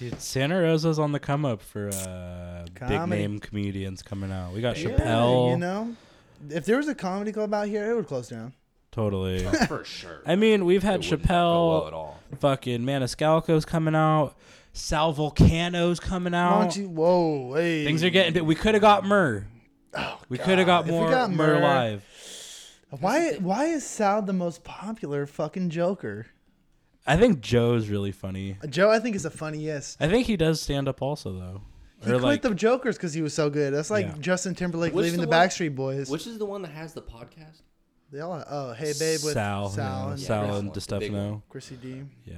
Dude, Santa Rosa's on the come up for uh, big Comedy. name comedians coming out. We got Yeah, Chappelle. You know, if there was a comedy club out here, it would close down. Totally. For sure. I mean, we've had wouldn't go well Chappelle. at all. Fucking Maniscalco's coming out. Sal Volcano's coming Why out. don't you? Whoa, hey. Things are getting. We could have got Murr. we could have got Oh, If we more got Murr Murr- live. Why? Why is Sal the most popular fucking Joker? I think Joe's really funny. Joe, I think is the funniest. I think he does stand up also though. He quit the Jokers because he was so good. That's like Yeah. Justin Timberlake Which leaving the the, one- Backstreet Boys. Which is the one that has the podcast? they all oh hey babe with Sal, Sal, yeah, and Sal Chris- and the big DeStefano. one. Chrissy D. Yeah,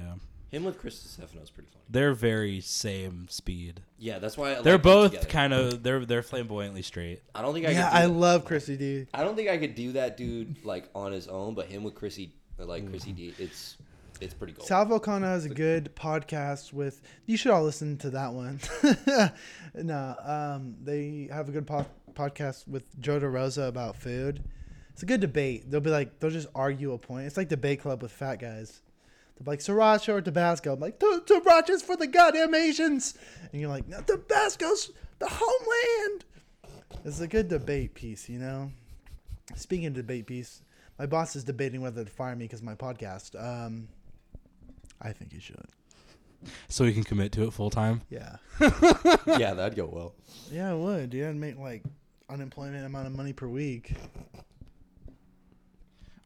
Him with Chris Stefano is pretty funny. they're very same speed. Yeah, that's why I like They're them both together. kind of they're they're flamboyantly straight. I don't think I. Yeah, could do I that. love Chrissy D. I don't think I could do that dude like on his own, but him with Chrissy, like Chrissy Mm. D, it's it's pretty cool. Sal Volcano has a good podcast with. You should all listen to that one. no, um, they have a good po- podcast with Joe DeRosa about food. It's a good debate. They'll be like, they'll just argue a point. It's like debate club with fat guys. They're like sriracha or Tabasco. I'm like, "Ta- sriracha's for the goddamn Asians, and you're like, no, Tabasco's the homeland. It's a good debate piece, you know. Speaking of debate piece, my boss is debating whether to fire me because my podcast. Um, I think he should. so he can commit to it full time. Yeah. yeah, that'd go well. yeah, I would, dude. I'd make like unemployment amount of money per week.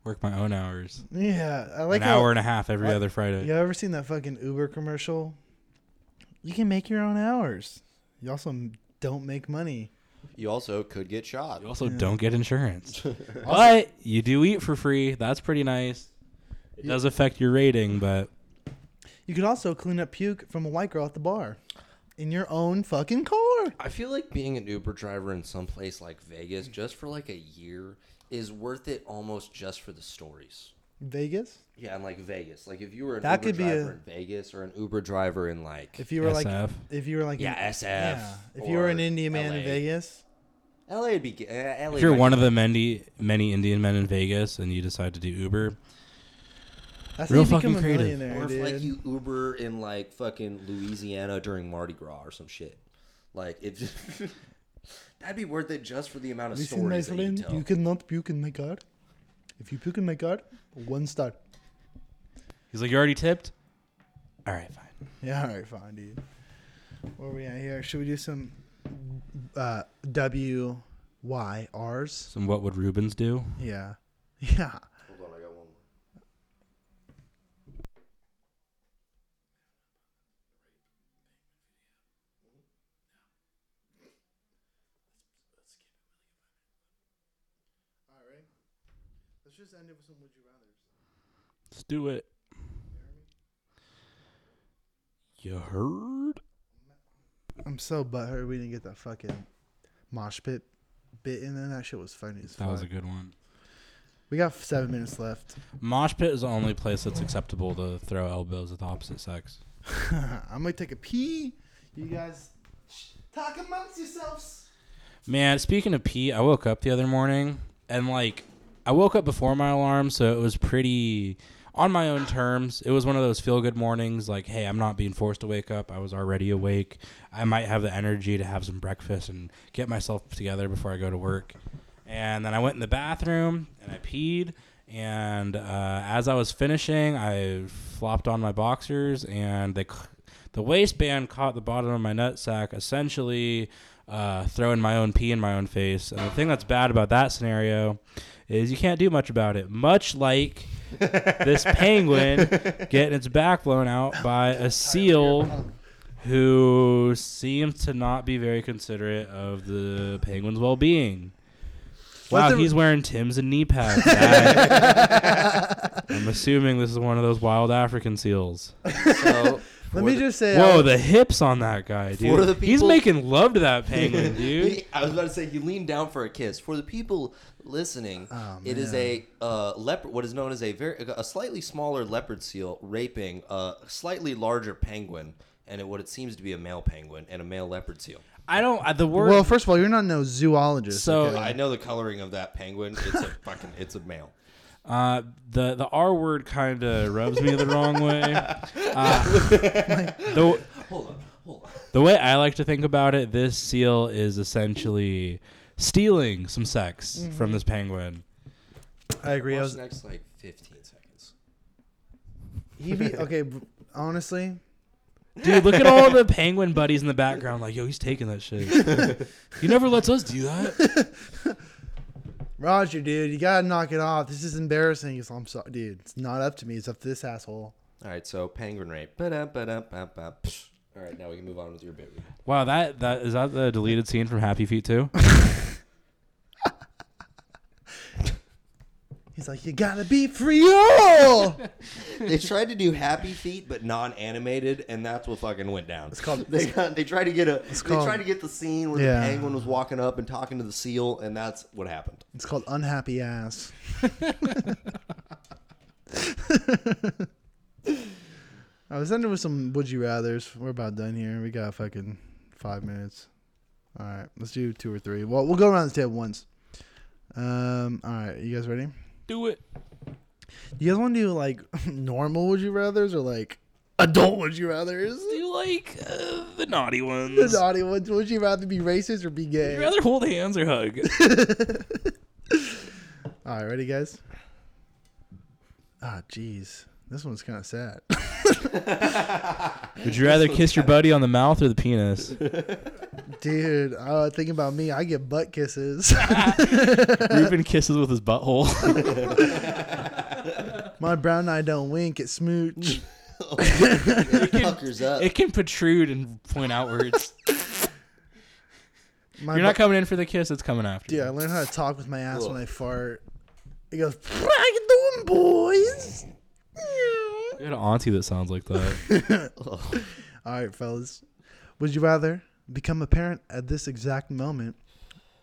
Work my own hours. Yeah, I like uh, An how- hour and a half every I- other Friday. You ever seen that fucking Uber commercial You can make your own hours. You also m- don't make money. You also could get shot. You also don't get insurance, but you do eat for free. That's pretty nice. It does affect your rating, but You could also clean up puke from a white girl at the bar in your own fucking car. I feel like being an Uber driver in some place like Mm. Vegas just for like a year is worth it almost just for the stories. Vegas? Yeah, and like Vegas. Like if you were an That Uber could be driver a- in Vegas or an Uber driver in like If you were like SF. if you were like yeah, an- SF. yeah, if you were or an Indian man in LA. Vegas, LA would be g- uh, LA if you're might one of be- the many many Indian men in Vegas and you decide to do Uber, that's Real how you fucking become a creative. millionaire, or if like dude. you Uber in like fucking Louisiana during Mardi Gras or some shit. Like if that'd be worth it just for the amount of This is stories that you Iceland. tell. You cannot puke in my car. If you puke in my car, one star. he's like, "You already tipped." All right, fine. Yeah, all right, fine, dude. Where are we at here? Should we do some uh, W Y R's? Some what would Rubens do? Yeah, yeah. Hold on, I got one. All right, let's just end it with some would you rather. Let's do it. You heard? I'm so butthurt we didn't get that fucking mosh pit bit in there. That shit was funny as That fuck. was a good one. we got seven minutes left. Mosh pit is the only place that's acceptable to throw elbows at the opposite sex. I'm gonna take a pee. You guys talk amongst yourselves. Man, speaking of pee, I woke up the other morning and like I woke up before my alarm, so it was pretty on my own terms. It was one of those feel good mornings like, hey, I'm not being forced to wake up. I was already awake. I might have the energy to have some breakfast and get myself together before I go to work. And then I went in the bathroom and I peed. And uh, as I was finishing, I flopped on my boxers and they c- the waistband caught the bottom of my nutsack, essentially uh, throwing my own pee in my own face. And the thing that's bad about that scenario is you can't do much about it. Much like this penguin getting its back blown out by a seal who seems to not be very considerate of the penguin's well being. Wow, Let the- he's wearing Tim's and knee pads. guys. I'm assuming this is one of those wild African seals. Let So for me the- just say, Whoa, I- the hips on that guy, For the dude. He's people- making love to that penguin, dude. He- I was about to say he leaned down for a kiss. For the people listening, Oh, it is a uh, leopard, what is known as a very a slightly smaller leopard seal raping a slightly larger penguin, and it, what it seems to be a male penguin and a male leopard seal. I don't. I- the word. well, first of all, you're not no zoologist. So- okay? I know the coloring of that penguin. It's a fucking it's a male. uh, the the R word kind of rubs me the wrong way. Uh, the Hold on, hold on. the way I like to think about it, this seal is essentially stealing some sex from this penguin. I agree. I Watch was, the next like fifteen seconds. he be, okay, b- honestly, Dude, look at all the penguin buddies in the background. Like, yo, he's taking that shit. he never lets us do that. Roger, dude, you gotta knock it off. This is embarrassing. He's, I'm sorry, dude. It's not up to me. It's up to this asshole. All right, so penguin rape. Ba-da, ba-da, ba-ba, psh. All right, now we can move on with your baby. Wow, that that is that the deleted scene from Happy Feet too. He's like, you gotta be free. all." they tried to do Happy Feet but non-animated, and that's what fucking went down. It's called- They got, they tried to get a. They called- tried to get the scene where Yeah. the penguin was walking up and talking to the seal, and that's what happened. it's called unhappy ass. I was ending with some would you rather's. We're about done here. We got fucking five minutes. All right, let's do two or three. Well, we'll go around the table once. Um, all right, you guys ready? Do it. You guys want to do like normal would you rather's or like adult would you rather's? Do you like uh, the naughty ones? The naughty ones. Would you rather be racist or be Would gay? you rather hold hands or hug? All right, ready, guys? Ah, jeez, this one's kind of sad. Would you rather kiss your buddy on the mouth or the penis? Dude, uh, thinking about me, I get butt kisses. Ruben kisses with his butthole. My brown eye don't wink, it smooch. Fuckers up. It can protrude and point outwards. My You're not bu- coming in for the kiss. It's coming after. Dude, I you. learned how to talk with my ass Cool. when I fart. It goes, "How you doing, boys?" You had an auntie that sounds like that. All right, fellas. Would you rather become a parent at this exact moment,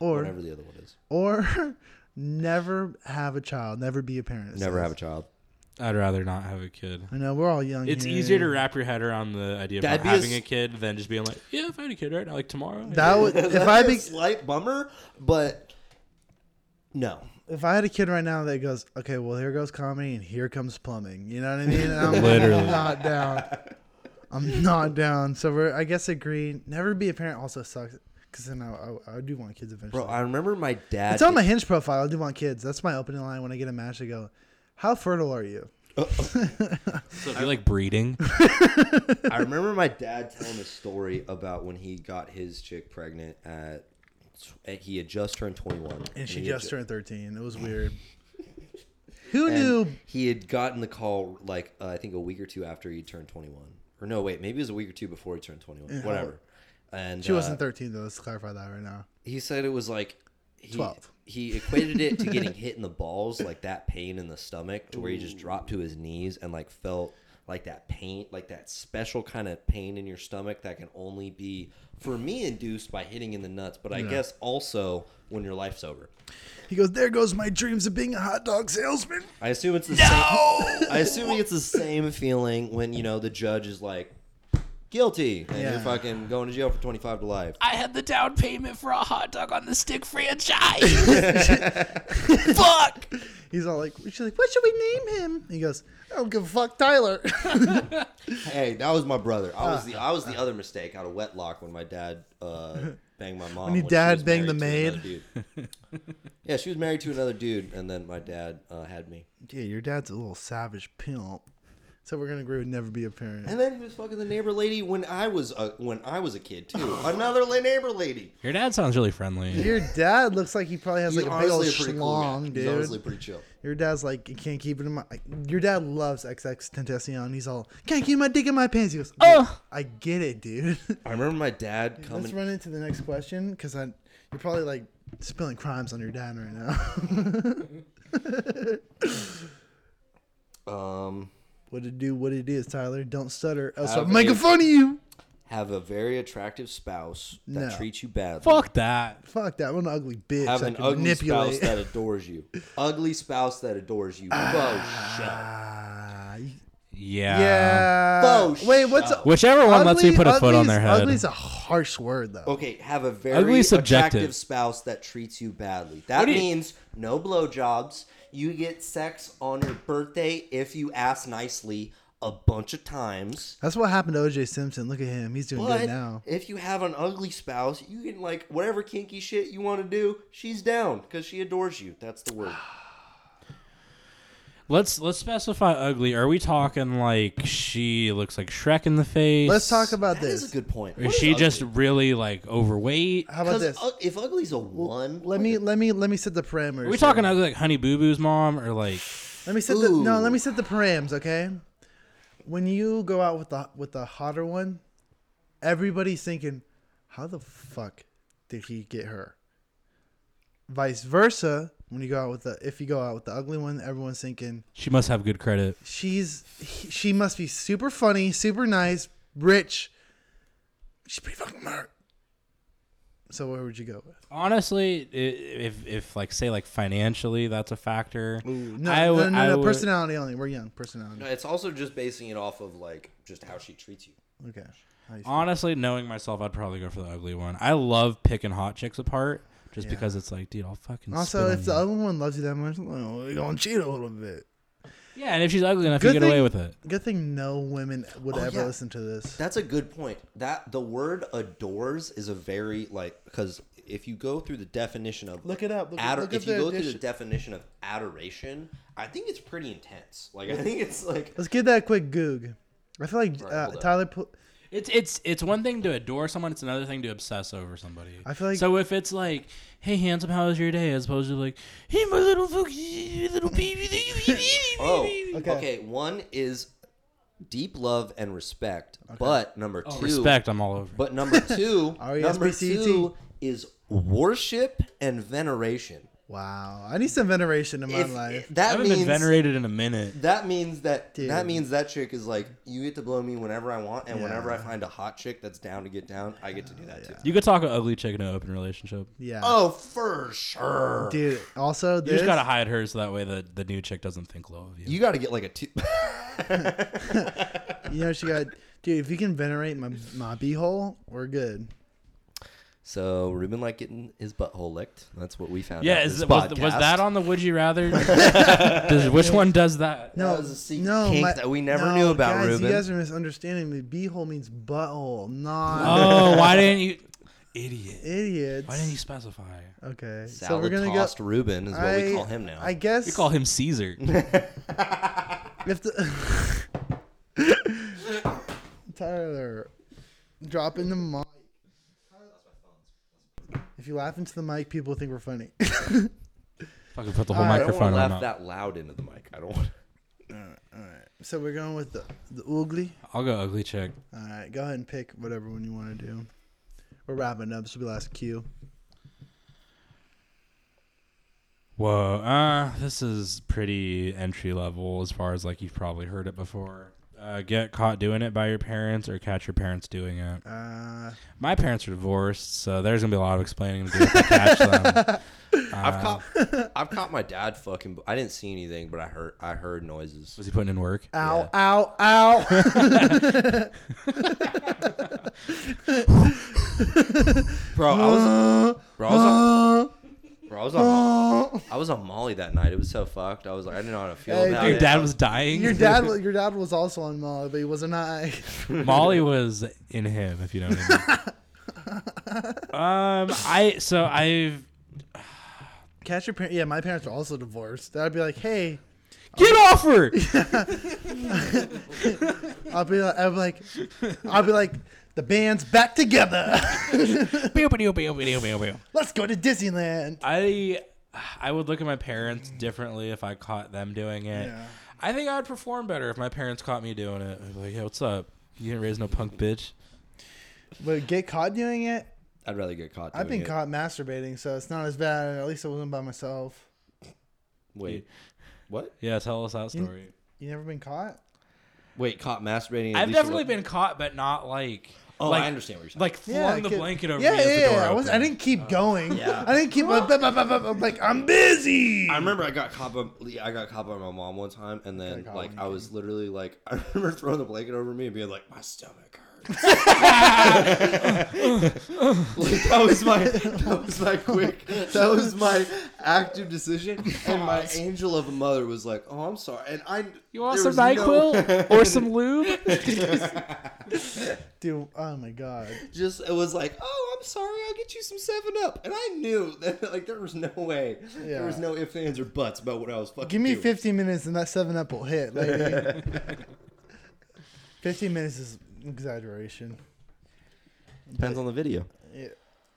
or Whatever the other one is. or never have a child, never be a parent? Never have a child. I'd rather not have a kid. I know we're all young. It's here. easier to wrap your head around the idea of not That'd be a having a, s- kid than just being like, yeah, if I had a kid right now, like tomorrow. That would if I be, slight bummer, but no. if I had a kid right now that goes, okay, well here goes comedy and here comes plumbing. You know what I mean? And I'm Literally. not down. I'm not down. So we're I guess agree. Never be a parent also sucks because then I, I I do want kids eventually. Bro, I remember my dad. It's on my hinge profile. I do want kids. That's my opening line when I get a match. I go, How fertile are you? So if you like breeding, I remember my dad telling a story about when he got his chick pregnant at and he had just turned 21 And she he had just ju- turned 13. It was weird. Who and knew? he had gotten the call like uh, I think a week or two after he turned 21 or no wait maybe it was a week or two before he turned 21 whatever and She uh, wasn't 13, though. Let's clarify that right now. he said it was like he, 12. he equated it to getting hit in the balls like that pain in the stomach to where he just dropped to his knees and like felt like that pain like that special kind of pain in your stomach that can only be for me induced by hitting in the nuts but i guess also when your life's over He goes, There goes my dreams of being a hot dog salesman. i assume it's the same i assume it's the same feeling when you know the judge is like guilty and Yeah. you're fucking going to jail for 25 to life I had the down payment for a hot dog on the stick franchise. Fuck. He's all like, She's like, What should we name him? He goes, I don't give a fuck, Tyler. Hey, that was my brother. I was Uh, the I was the other mistake out of wetlock when my dad uh, banged my mom. When your she dad was banged the married to another dude. yeah, she was married to another dude, and then my dad uh, had me. yeah, your dad's a little savage pimp. So we're going to agree with never be a parent. And then he was fucking the neighbor lady when I was a, when I was a kid too. Another la- neighbor lady. Your dad sounds really friendly. your dad looks like he probably has like He's a big old honestly a pretty cool guy. schlong, He's dude. honestly pretty chill. Your dad's like, you can't keep it in my. Like, your dad loves XX Tentacion. He's all, can't keep my dick in my pants. He goes, oh, I get it, dude. I remember my dad Let's coming. run into the next question because I, you're probably like spilling crimes on your dad right now. Um, what it do? What it is, Tyler? Don't stutter, else Have I'm making a- fun of you. have a very attractive spouse that No. treats you badly. Fuck that. Fuck that! What an ugly bitch. Have I an can ugly manipulate. spouse that adores you. ugly spouse that adores you. Whoa, shut up. Ah, y- Yeah. yeah. Bo, Wait, what's Oh, shut up. Whichever one lets me put a foot on ugly's- their head. Ugly's a harsh word though. Okay, have a very Ugly is subjective. attractive spouse that treats you badly. That do you- means no blowjobs. You get sex on your birthday if you ask nicely a bunch of times. That's what happened to OJ Simpson. Look at him; he's doing But good now. if you have an ugly spouse, you can like whatever kinky shit you want to do. She's down because she adores you. That's the word. Ah, Let's let's specify ugly. Are we talking like she looks like Shrek in the face? Let's talk about That this. is a good point. Is she just really like overweight? How about because this? if ugly's a one, Let me let me let me set the parameters. Are we here. talking ugly like Honey Boo Boo's mom or like? Let me set the no. Ooh. Let me set the params. Okay. When you go out with the with the hotter one, everybody's thinking, "How the fuck did he get her?" Vice versa, when you go out with the if you go out with the ugly one, everyone's thinking She must have good credit. she's he, she must be super funny, super nice, rich. She's pretty fucking smart. So where would you go with? Honestly, i- if if like say like financially, that's a factor. No, I no, would- no, I no, would- personality only. We're young, personality. it's also just basing it off of like just how she treats you. Okay. How you feel? Honestly, knowing myself, I'd probably go for the ugly one. I love picking hot chicks apart just because it's like, dude, I'll fucking. Also, if spit on the you. other one loves you that much, well, we're gonna cheat a little bit. yeah, and if she's ugly enough, Good you get away thing- with it. Good thing no women would ever Oh, yeah. listen to this. That's a good point. That the word adores is a very like because if you go through the definition of Look it up. Look- ador- look up if you the go through the addition. definition of adoration, I think it's pretty intense. Like I think it's like Let's give that a quick goog. I feel like Alright, uh, hold up. Tyler. Pu- It's it's it's one thing to adore someone; it's another thing to obsess over somebody. I feel like- so. If it's like, "Hey, handsome, how was your day?" as opposed to like, "Hey, my little fucking little baby." oh Okay. okay. One is deep love and respect. But number two, Respect, I'm all over. But number two, E number R.E.S.P.C.T.. two is worship and veneration. Wow, I need some veneration in my If- life. I that haven't means been venerated in a minute. that means that Dude. that means that chick is like you get to blow me whenever I want, and whenever I find a hot chick that's down to get down, I get to do that too. You could talk an ugly chick in an open relationship. yeah. Oh, for sure, dude. Also, You this just gotta hide her so that way the, the new chick doesn't think low of you. You got to get like a two. you know she got, dude. If you can venerate my my beehole, we're good. so Ruben like getting his butthole licked. That's what we found. yeah, is, was, was that on the Would You Rather? Does- which one does that? No, That was a secret no, kink my- that we never no, knew about, guys, Ruben. You guys are misunderstanding me. Beehole means butthole, not Oh, why didn't you, idiot? idiots. Why didn't you specify? Okay, so Salad we're gonna tossed go. Ruben is what I, we call him now. I guess We call him Caesar. if the Tyler dropping the mic. If you laugh into the mic, people think we're funny. Fucking put the whole Alright, I don't microphone want to on. laugh that. that loud into the mic. I don't want. so we're going with the the oogly. I'll go ugly chick. All right, go ahead and pick whatever one you want to do. We're wrapping up. This will be last cue. Whoa, uh, this is pretty entry level as far as like you've probably heard it before. Uh, get caught doing it by your parents or catch your parents doing it. Uh, My parents are divorced, so there's gonna be a lot of explaining to do if I catch them. Uh, I've caught, I've caught my dad fucking. I didn't see anything, but I heard, I heard noises. Was he putting in work? ow, ow, ow. Bro, I was, bro, I was on, bro, I was on, I was on Molly that night. It was so fucked. I was like, I didn't know how to feel Hey, about Your it. dad was dying. your dad, wa- your dad was also on Molly, but he wasn't I. Molly was in him, if you know what I mean. um, I so I've Catch your parents. Yeah, my parents were also divorced. That'd be like, hey, get off her. I'll be like, I'll be like, I'll be like, the band's back together. Pew, pew, pew, pew, pew, pew. Let's go to Disneyland. I I would look at my parents differently if I caught them doing it. Yeah. I think I'd perform better if my parents caught me doing it. I'd be like, hey, what's up? You didn't raise no punk bitch. But get caught doing it. I'd rather get caught. Doing I've been it. caught masturbating, so it's not as bad. At least I wasn't by myself. Wait, what? Yeah, tell us that story. You never been caught? Wait, caught masturbating? at I've least it definitely wa- been caught, but not like. Oh, like, I understand what you're saying. Like flung I the could- blanket over yeah, me as yeah, the door yeah. I, was, I opened. Oh. didn't keep going. Yeah. I didn't keep like, bah, bah, bah, bah, bah. I'm like I'm busy. I remember I got caught by I got caught by my mom one time, and then caught like one I was literally like I remember throwing the blanket over me and being like my stomach hurts. like that was my that was my quick that was my active decision, and my angel of a mother was like, "Oh, I'm sorry," and I You want there some was no- NyQuil or some lube? Dude, oh my god. just it was like, "Oh, I'm sorry, I'll get you some Seven Up," and I knew that like there was no way Yeah. there was no ifs ands or buts about what I was fucking. Give me doing. 15 minutes and that 7 up will hit, lady. 15 minutes is exaggeration. Depends on the video.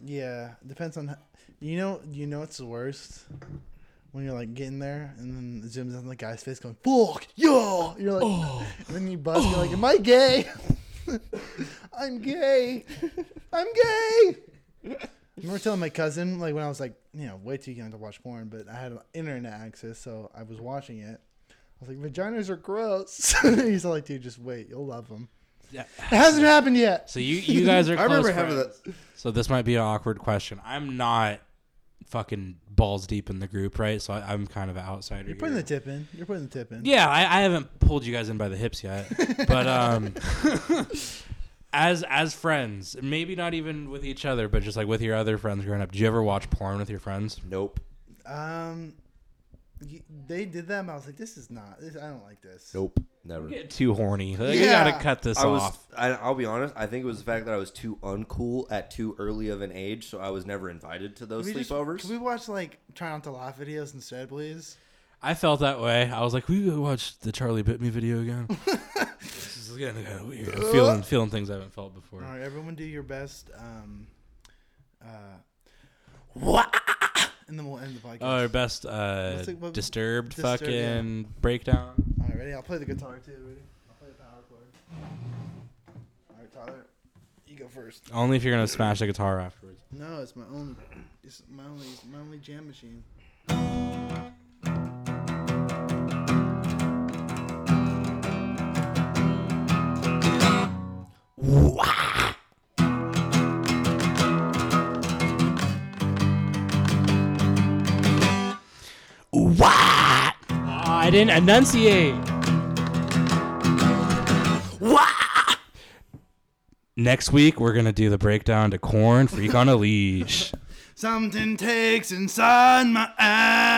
Yeah, depends on how, you know you know it's the worst when you're like getting there and then it zooms in on the guy's face going fuck yeah you're like Oh. and then you buzz you're like am I gay? I'm gay. I'm gay. I remember telling my cousin like when I was like you know way too young to watch porn but I had internet access so I was watching it. I was like vaginas are gross. He's all like dude just wait you'll love them. Yeah. It hasn't happened yet. So you you guys are. I Close remember having that. friends. So this might be an awkward question. I'm not fucking balls deep in the group, right? So I, I'm kind of an outsider. You're putting here. the tip in. You're putting the tip in. Yeah, I, I haven't pulled you guys in by the hips yet, but um, as as friends, maybe not even with each other, but just like with your other friends growing up. Did you ever watch porn with your friends? Nope. Um, y- they did them. I was like, this is not. This, I don't like this. Nope. Never. Get too horny. Like, You Yeah. gotta cut this I was. off. I, I'll be honest. I think it was the fact that I was too uncool at too early of an age, so I was never invited to those Can we, just- sleepovers. can we watch like try not to laugh videos instead, please? I felt that way. I was like, we go watch the Charlie Bit Me video again. this is getting kind of weird. I'm feeling feeling things I haven't felt before. All right, everyone, do your best. Um, uh, and then we'll end the podcast. Oh, our best uh, What's it- what- disturbed, Disturbed, fucking breakdown. All right, ready? I'll play the guitar too. Ready? I'll play the power chord. Tyler. You go first. Only if you're gonna smash the guitar afterwards. No, it's my only. It's my only. My only jam machine. What? Ah, I didn't enunciate. What? Next week we're gonna do the breakdown to corn freak on a leash. Something takes inside my eyes.